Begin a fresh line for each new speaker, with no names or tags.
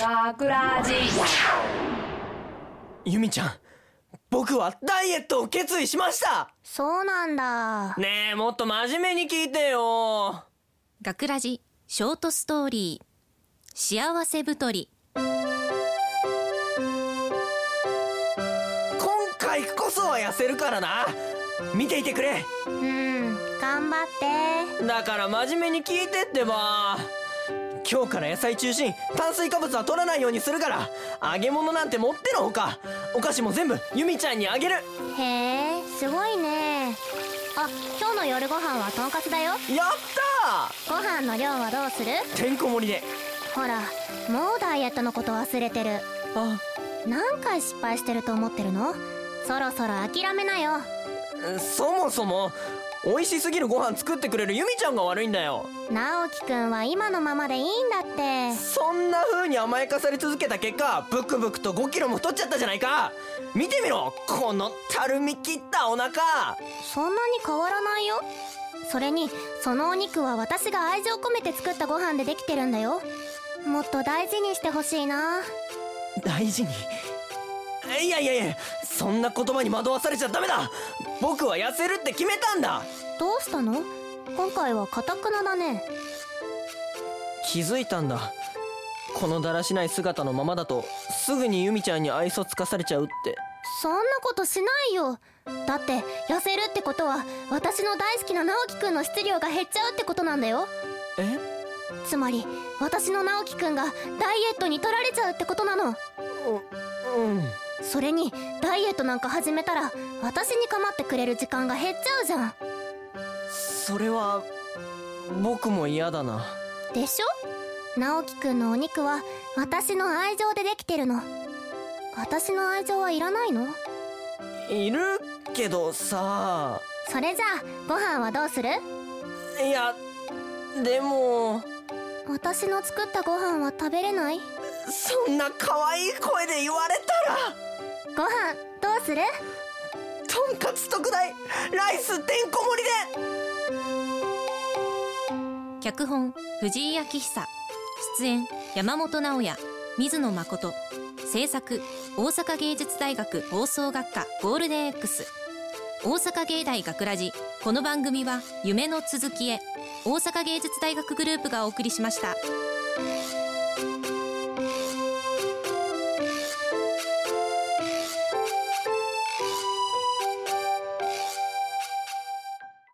ガクラジ
ゆみちゃん僕はダイエットを決意しました
そうなんだ
ねえもっと真面目に聞いてよ
学ラジショートストーリー幸せ太り
今回こそは痩せるからな見ていてくれ
うん頑張って
だから真面目に聞いてってば今日から野菜中心炭水化物は取らないようにするから揚げ物なんて持ってのほかお菓子も全部ゆみちゃんにあげる
へえすごいねあ今日の夜ご飯はとんかつだよ
やった
ご飯の量はどうする
ーてんこ盛りで
ほらもうダイエットのこと忘れてる
あ
何回失敗してると思ってるのそろそろ諦めなよ
そもそも美味しすぎるご飯作ってくれるゆみちゃんが悪いんだよ
直樹くんは今のままでいいんだって
そんな風に甘やかされ続けた結果ブクブクと5キロも太っちゃったじゃないか見てみろこのたるみ切ったお腹
そんなに変わらないよそれにそのお肉は私が愛情込めて作ったご飯でできてるんだよもっと大事にしてほしいな
大事にいやいやいやそんな言葉に惑わされちゃダメだ僕は痩せるって決めたんだ
どうしたの今回はかたくなだね
気づいたんだこのだらしない姿のままだとすぐにユミちゃんに愛想つかされちゃうって
そんなことしないよだって痩せるってことは私の大好きな直樹くんの質量が減っちゃうってことなんだよ
え
つまり私の直樹くんがダイエットに取られちゃうってことなの
うん
それにダイエットなんか始めたら私に構ってくれる時間が減っちゃうじゃん
それは僕も嫌だな
でしょ直樹くんのお肉は私の愛情でできてるの私の愛情はいらないの
いるけどさ
それじゃあご飯はどうする
いやでも
私の作ったご飯は食べれない
そんな可愛い声で言われたら
ご飯どうする
とんかつ特大ライスてんこ盛りで
脚本藤井明久出演山本直也水野誠制作大阪芸術大学放送学科ゴールデン X 大阪芸大学ラジこの番組は夢の続きへ大阪芸術大学グループがお送りしました